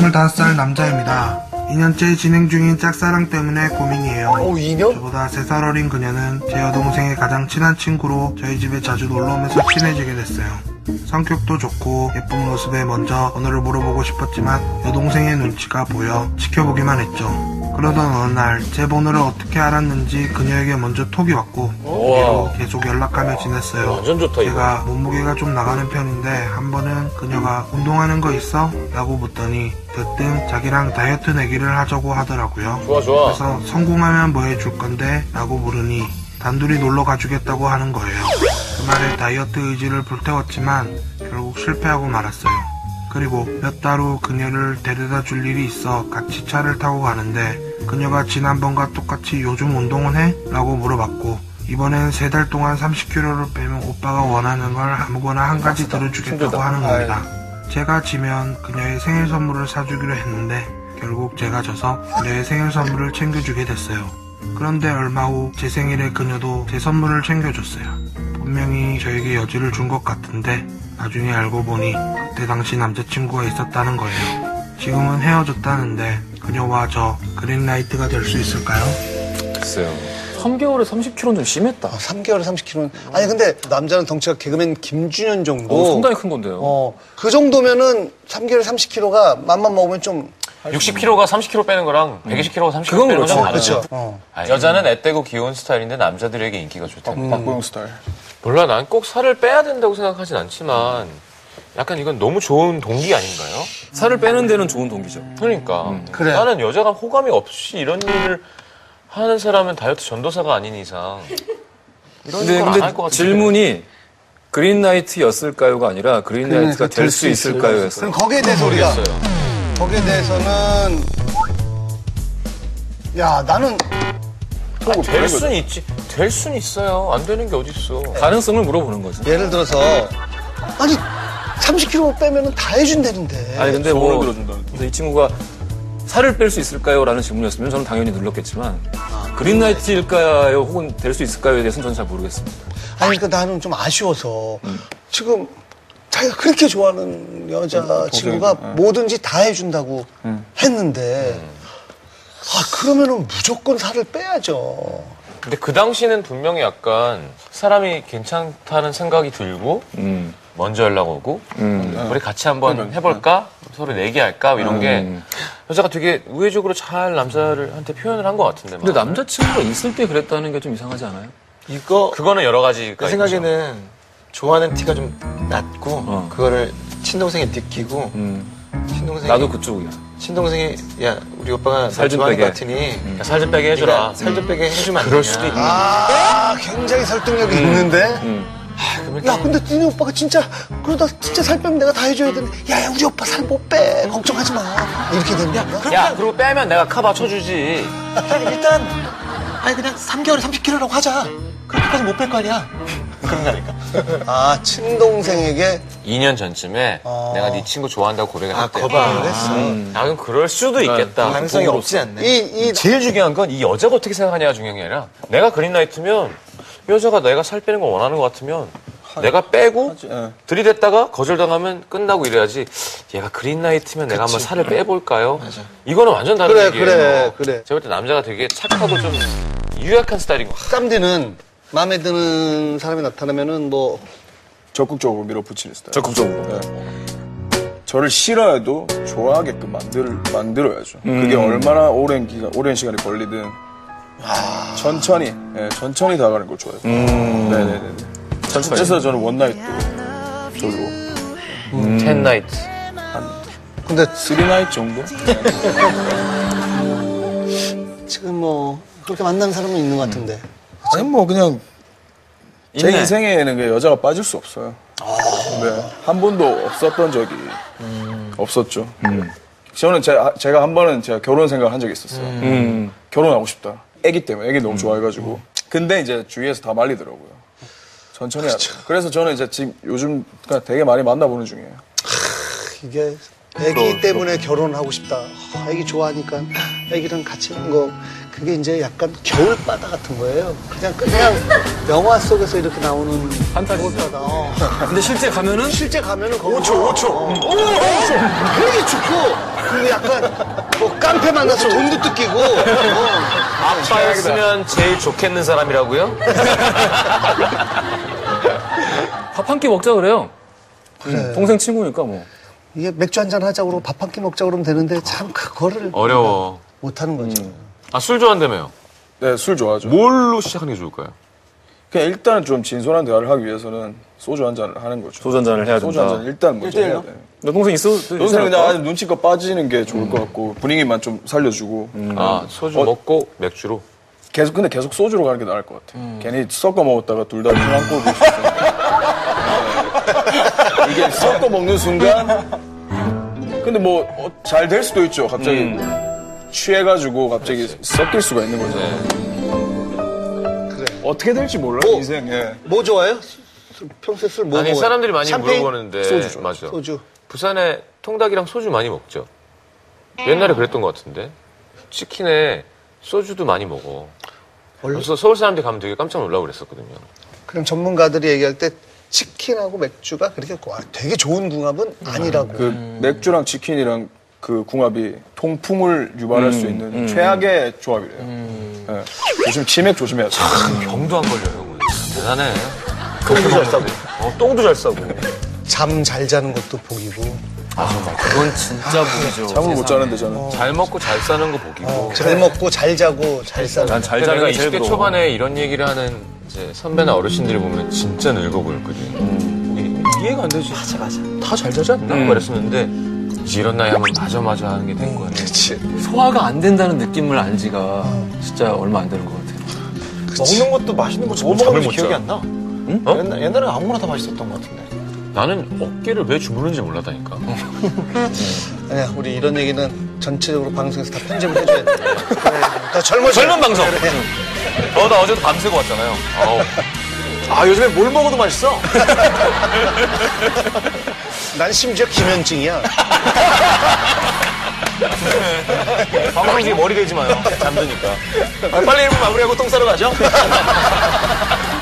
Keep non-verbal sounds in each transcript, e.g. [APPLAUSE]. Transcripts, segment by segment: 25살 남자입니다. 2년째 진행 중인 짝사랑 때문에 고민이에요. 어, 2년? 저보다 3살 어린 그녀는 제 여동생의 가장 친한 친구로 저희 집에 자주 놀러오면서 친해지게 됐어요. 성격도 좋고 예쁜 모습에 먼저 언어를 물어보고 싶었지만 여동생의 눈치가 보여 지켜보기만 했죠. 그러던 어느 날 제 번호를 어떻게 알았는지 그녀에게 먼저 톡이 왔고 우와. 계속 연락하며 지냈어요. 완전 좋다, 이거. 제가 몸무게가 좀 나가는 편인데 한 번은 그녀가 운동하는 거 있어? 라고 묻더니 대뜸 자기랑 다이어트 내기를 하자고 하더라고요. 좋아, 좋아. 그래서 성공하면 뭐 해줄 건데? 라고 물으니 단둘이 놀러 가주겠다고 하는 거예요. 그 말에 다이어트 의지를 불태웠지만 결국 실패하고 말았어요. 그리고 몇 달 후 그녀를 데려다 줄 일이 있어 같이 차를 타고 가는데 그녀가 지난번과 똑같이 요즘 운동은 해? 라고 물어봤고 이번엔 세 달 동안 30kg를 빼면 오빠가 원하는 걸 아무거나 한 가지 들어주겠다고 힘들다. 하는 겁니다. 제가 지면 그녀의 생일 선물을 사주기로 했는데 결국 제가 져서 그녀의 생일 선물을 챙겨주게 됐어요. 그런데 얼마 후 제 생일에 그녀도 제 선물을 챙겨줬어요. 분명히 저에게 여지를 준 것 같은데 나중에 알고 보니 그때 당시 남자친구가 있었다는 거예요. 지금은 헤어졌다는데 그녀와 저 그린라이트가 될 수 있을까요? 글쎄요. 3개월에 30kg는 좀 심했다. 아, 3개월에 30kg는 아니 근데 남자는 덩치가 개그맨 김준현 정도. 어, 상당히 큰 건데요. 어, 그 정도면은 3개월에 30kg가 맘만 먹으면 좀 60kg가 30kg 빼는 거랑 120kg가 30kg 그건 빼는 거랑 그렇죠. 다르죠. 그렇죠. 어. 여자는 앳되고 귀여운 스타일인데 남자들에게 인기가 음. 좋다고. 박보영 스타일. 몰라 난 꼭 살을 빼야 된다고 생각하진 않지만 약간 이건 너무 좋은 동기 아닌가요? 살을 빼는 데는 좋은 동기죠. 그러니까 음. 그래. 나는 여자가 호감이 없이 이런 일을 하는 사람은 다이어트 전도사가 아닌 이상 이런 근데, 걸 안 할 것 근데 같은데 질문이 그린라이트였을까요?가 아니라 그린라이트가 될 수 있을까요?였어요. 그럼 거기에 대해서 우리가 그러니까. 거기에 대해서는 야 나는 될 순 있지 될 순 있어요 안 되는 게 어딨어 가능성을 물어보는 거죠. 예를 들어서 아니 30kg 빼면은 다 해준다는데. 아니 근데 조언을 뭐 들어준다는 그래서 이 친구가 살을 뺄 수 있을까요?라는 질문이었으면 저는 당연히 눌렀겠지만 그린라이트일까요? 혹은 될 수 있을까요?에 대해서는 저는 잘 모르겠습니다. 아니 그러니까 나는 좀 아쉬워서 지금 자기가 그렇게 좋아하는 여자 친구가 뭐든지 다 해준다고 했는데 아 그러면은 무조건 살을 빼야죠. 근데 그 당시는 분명히 약간 사람이 괜찮다는 생각이 들고 음. 먼저 연락 오고 우리 같이 한번 그러면, 음. 해볼까 서로 내기할까 뭐 이런 게 여자가 되게 우회적으로 잘 남자를한테 표현을 한 것 같은데 근데 막. 남자친구가 있을 때 그랬다는 게 좀 이상하지 않아요? 이거 그거는 여러 가지가 내 있죠. 아, 생각에는 좋아하는 티가 좀 났고 어. 그거를 친동생이 느끼고 음. 친동생이 나도 그쪽이야. 친동생이 야 우리 오빠가 살 살 좀 좋아하는 것 빼게. 같으니 음. 야, 살 좀 빼게 해줘라 네가 음. 살좀 빼게 해주면 안 되냐 그럴 수도 있- 아 굉장히 설득력이 있는데 야 근데 니네 오빠가 진짜 그러다 진짜 살 빼면 내가 다 해줘야 되는데 야, 야 우리 오빠 살 못 빼. 걱정하지 마. 이렇게 되는 거야? 야 그리고 빼면 내가 커버 쳐주지 그럼 일단 아니 그냥 3개월에 30kg라고 하자. 그렇게까지 못 뺄 거 아니야. [LAUGHS] 그런다니까 아 친동생에게 2년 전쯤에 아. 내가 네 친구 좋아한다고 고려가 아 했대 거봐 그랬어 아 그럼 그럴 수도 그러니까 있겠다 가능성이 없지 않네 이이 제일 중요한 건 이 여자가 어떻게 생각하냐가 중요한 게 아니라 내가 그린라이트면 여자가 내가 살 빼는 걸 원하는 것 같으면 내가 빼고 예. 들이댔다가 거절당하면 끝나고 이래야지 얘가 그린라이트면 내가 한번 살을 빼볼까요? 이거는 완전 다른 그래, 얘기예요. 그래, 그래. 제가 볼 때 남자가 되게 착하고 좀 유약한 스타일인 것 같아요. 쌈디는 마음에 드는 사람이 나타나면은 뭐 적극적으로 밀어붙이는 스타일. 적극적으로. 네. 저를 싫어해도 좋아하게끔 만들, 만들어야죠. 음. 그게 얼마나 오랜 기간, 오랜 시간이 걸리든. 천천히, 예, 천천히 다가가는 걸 좋아해요. 음. 네네네. 천천히. 그래서 저는 원나잇도 별로. 음. 텐나이트. 근데 쓰리나잇 정도? 지금 뭐 그렇게 만난 사람은 있는 것 같은데. 아니, 뭐, 그냥. 제 있네. 인생에는 그 여자가 빠질 수 없어요. 네. 한 번도 없었던 적이 없었죠. 저는 제, 아, 제가 한 번은 제가 결혼 생각을 한 적이 있었어요. 음. 결혼하고 싶다. 애기 때문에 애기 너무 좋아해가지고. 근데 이제 주위에서 다 말리더라고요. 천천히 하자. 그래서 저는 이제 지금 요즘 그냥 되게 많이 만나보는 중이에요. 이게 애기 때문에 결혼하고 싶다. 아, 애기 좋아하니까 애기랑 같이 하는 거 그게 이제 약간 겨울바다 같은 거예요. 그냥 그냥 영화 속에서 이렇게 나오는 겨울바다. 어. 아, 근데 실제 가면은 뭐 음. 실제 가면은 거기 5초 5초. 오, 오, 오, 되게 어, 좋고 그게 그 약간 뭐 깡패 만나서 그렇죠. 돈도 뜯기고 어. 음. 아빠였으면 제일 좋겠는 사람이라고요? 밥 한 끼 먹자 그래요. 음, 동생 친구니까 뭐. 이게 맥주 한잔 하자고 그러고 밥 한 끼 먹자고 그러면 되는데 참 그거를 어려워. 못 하는 거죠. 아, 술 좋아한다며요? 네, 술 좋아하죠. 뭐? 뭘로 시작하는 게 좋을까요? 그냥 일단은 좀 진솔한 대화를 하기 위해서는 소주 한 잔을 하는 거죠. 소주 한 잔을 해야 소주 한 잔 된다. 일단 먼저 해야 돼. 너 동생 있어? 요새는 그냥 아주 눈치껏 빠지는 게 좋을 것 같고 분위기만 좀 살려주고 음. 아, 어. 소주 먹고 맥주로. 계속 근데 계속 소주로 가는 게 나을 것 같아. 음. 괜히 섞어 먹었다가 둘 다 술안 꼴볼 수 있어. [LAUGHS] 네. 이게 섞어 먹는 순간 근데 뭐 잘 될 수도 있죠. 갑자기 음. 취해가지고 갑자기 섞일 수가 있는 거잖아요. 네. 어떻게 될지 몰라요 오. 인생. 예. 뭐 좋아해요? 술- 평소에 술 뭐 아니, 먹어요? 사람들이 많이 샴페인? 물어보는데. 소주 좋아. 맞아. 소주. 부산에 통닭이랑 소주 많이 먹죠. 옛날에 그랬던 것 같은데. 치킨에 소주도 많이 먹어. 그래서 서울 사람들이 가면 되게 깜짝 놀라고 그랬었거든요. 그럼 전문가들이 얘기할 때 치킨하고 맥주가 그렇게 와, 되게 좋은 궁합은 아니라고. 음. 그 음. 맥주랑 치킨이랑 그 궁합이 통풍을 음. 유발할 수 있는 최악의 조합이래요. 예. 요즘 치맥 조심해야 돼. 병도 안 걸려요, 형은. 대단해. 똥도 잘 싸고. 어, 똥도 잘 싸고. 잠 잘 자는 것도 복이고 그건 진짜 부이죠 잠을 못 자는데 저는. 어. 잘 먹고 잘 사는 거 보기고. 잘 먹고 잘 자고 잘 사는 난 어. 잘 자는 내가 게 제일 20대 부러워. 초반에 이런 얘기를 하는 이제 선배나 어르신들이 보면 진짜 늙어 보였거든. 이- 이해가 안 되지. 맞아, 맞아. 다 잘 자지 않나? 음. 그랬었는데, 이제 이런 나이 하면 맞아, 맞아 하는 게 된 거야. 소화가 안 된다는 느낌을 안 지가 진짜 얼마 안 되는 것 같아요. 먹는 것도 맛있는 것도 뭐 잠을 먹었는지 못 기억이 자. 안 나. 어? 옛날, 옛날에 아무거나 다 맛있었던 것 같은데. 나는 어깨를 왜 주무는지 몰랐다니까. 아니야, 예, 우리 이런 얘기는 전체적으로 방송에서 다 편집을 해줘야 돼. 그래, 더 네, 젊어 젊은 방송! 어, 나 어제도 밤새고 왔잖아요. 아우. 아, 요즘에 뭘 먹어도 맛있어. 난 심지어 김현증이야. 아, 방송 중에 머리 대지 마요. [LAUGHS] 잠드니까. 아, 빨리 일부 마무리하고 똥 싸러 [LAUGHS] 가죠.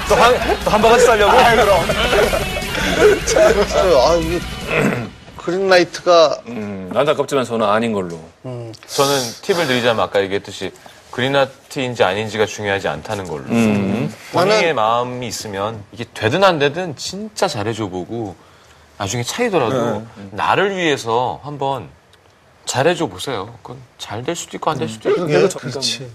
또한 바가지 싸려고? 그래서 아, 이게 그린라이트가 음, 안타깝지만 저는 아닌 걸로. 저는 팁을 드리자면 아까 얘기했듯이 그린아트인지 아닌지가 중요하지 않다는 걸로. 음. 본인의 나는- 마음이 있으면 이게 되든 안 되든 진짜 잘해줘 보고 나중에 차이더라도 나를 위해서 한번 잘해줘 보세요. 그건 잘 될 수도 있고 안 될 수도 있고. 네, 그게 그렇지.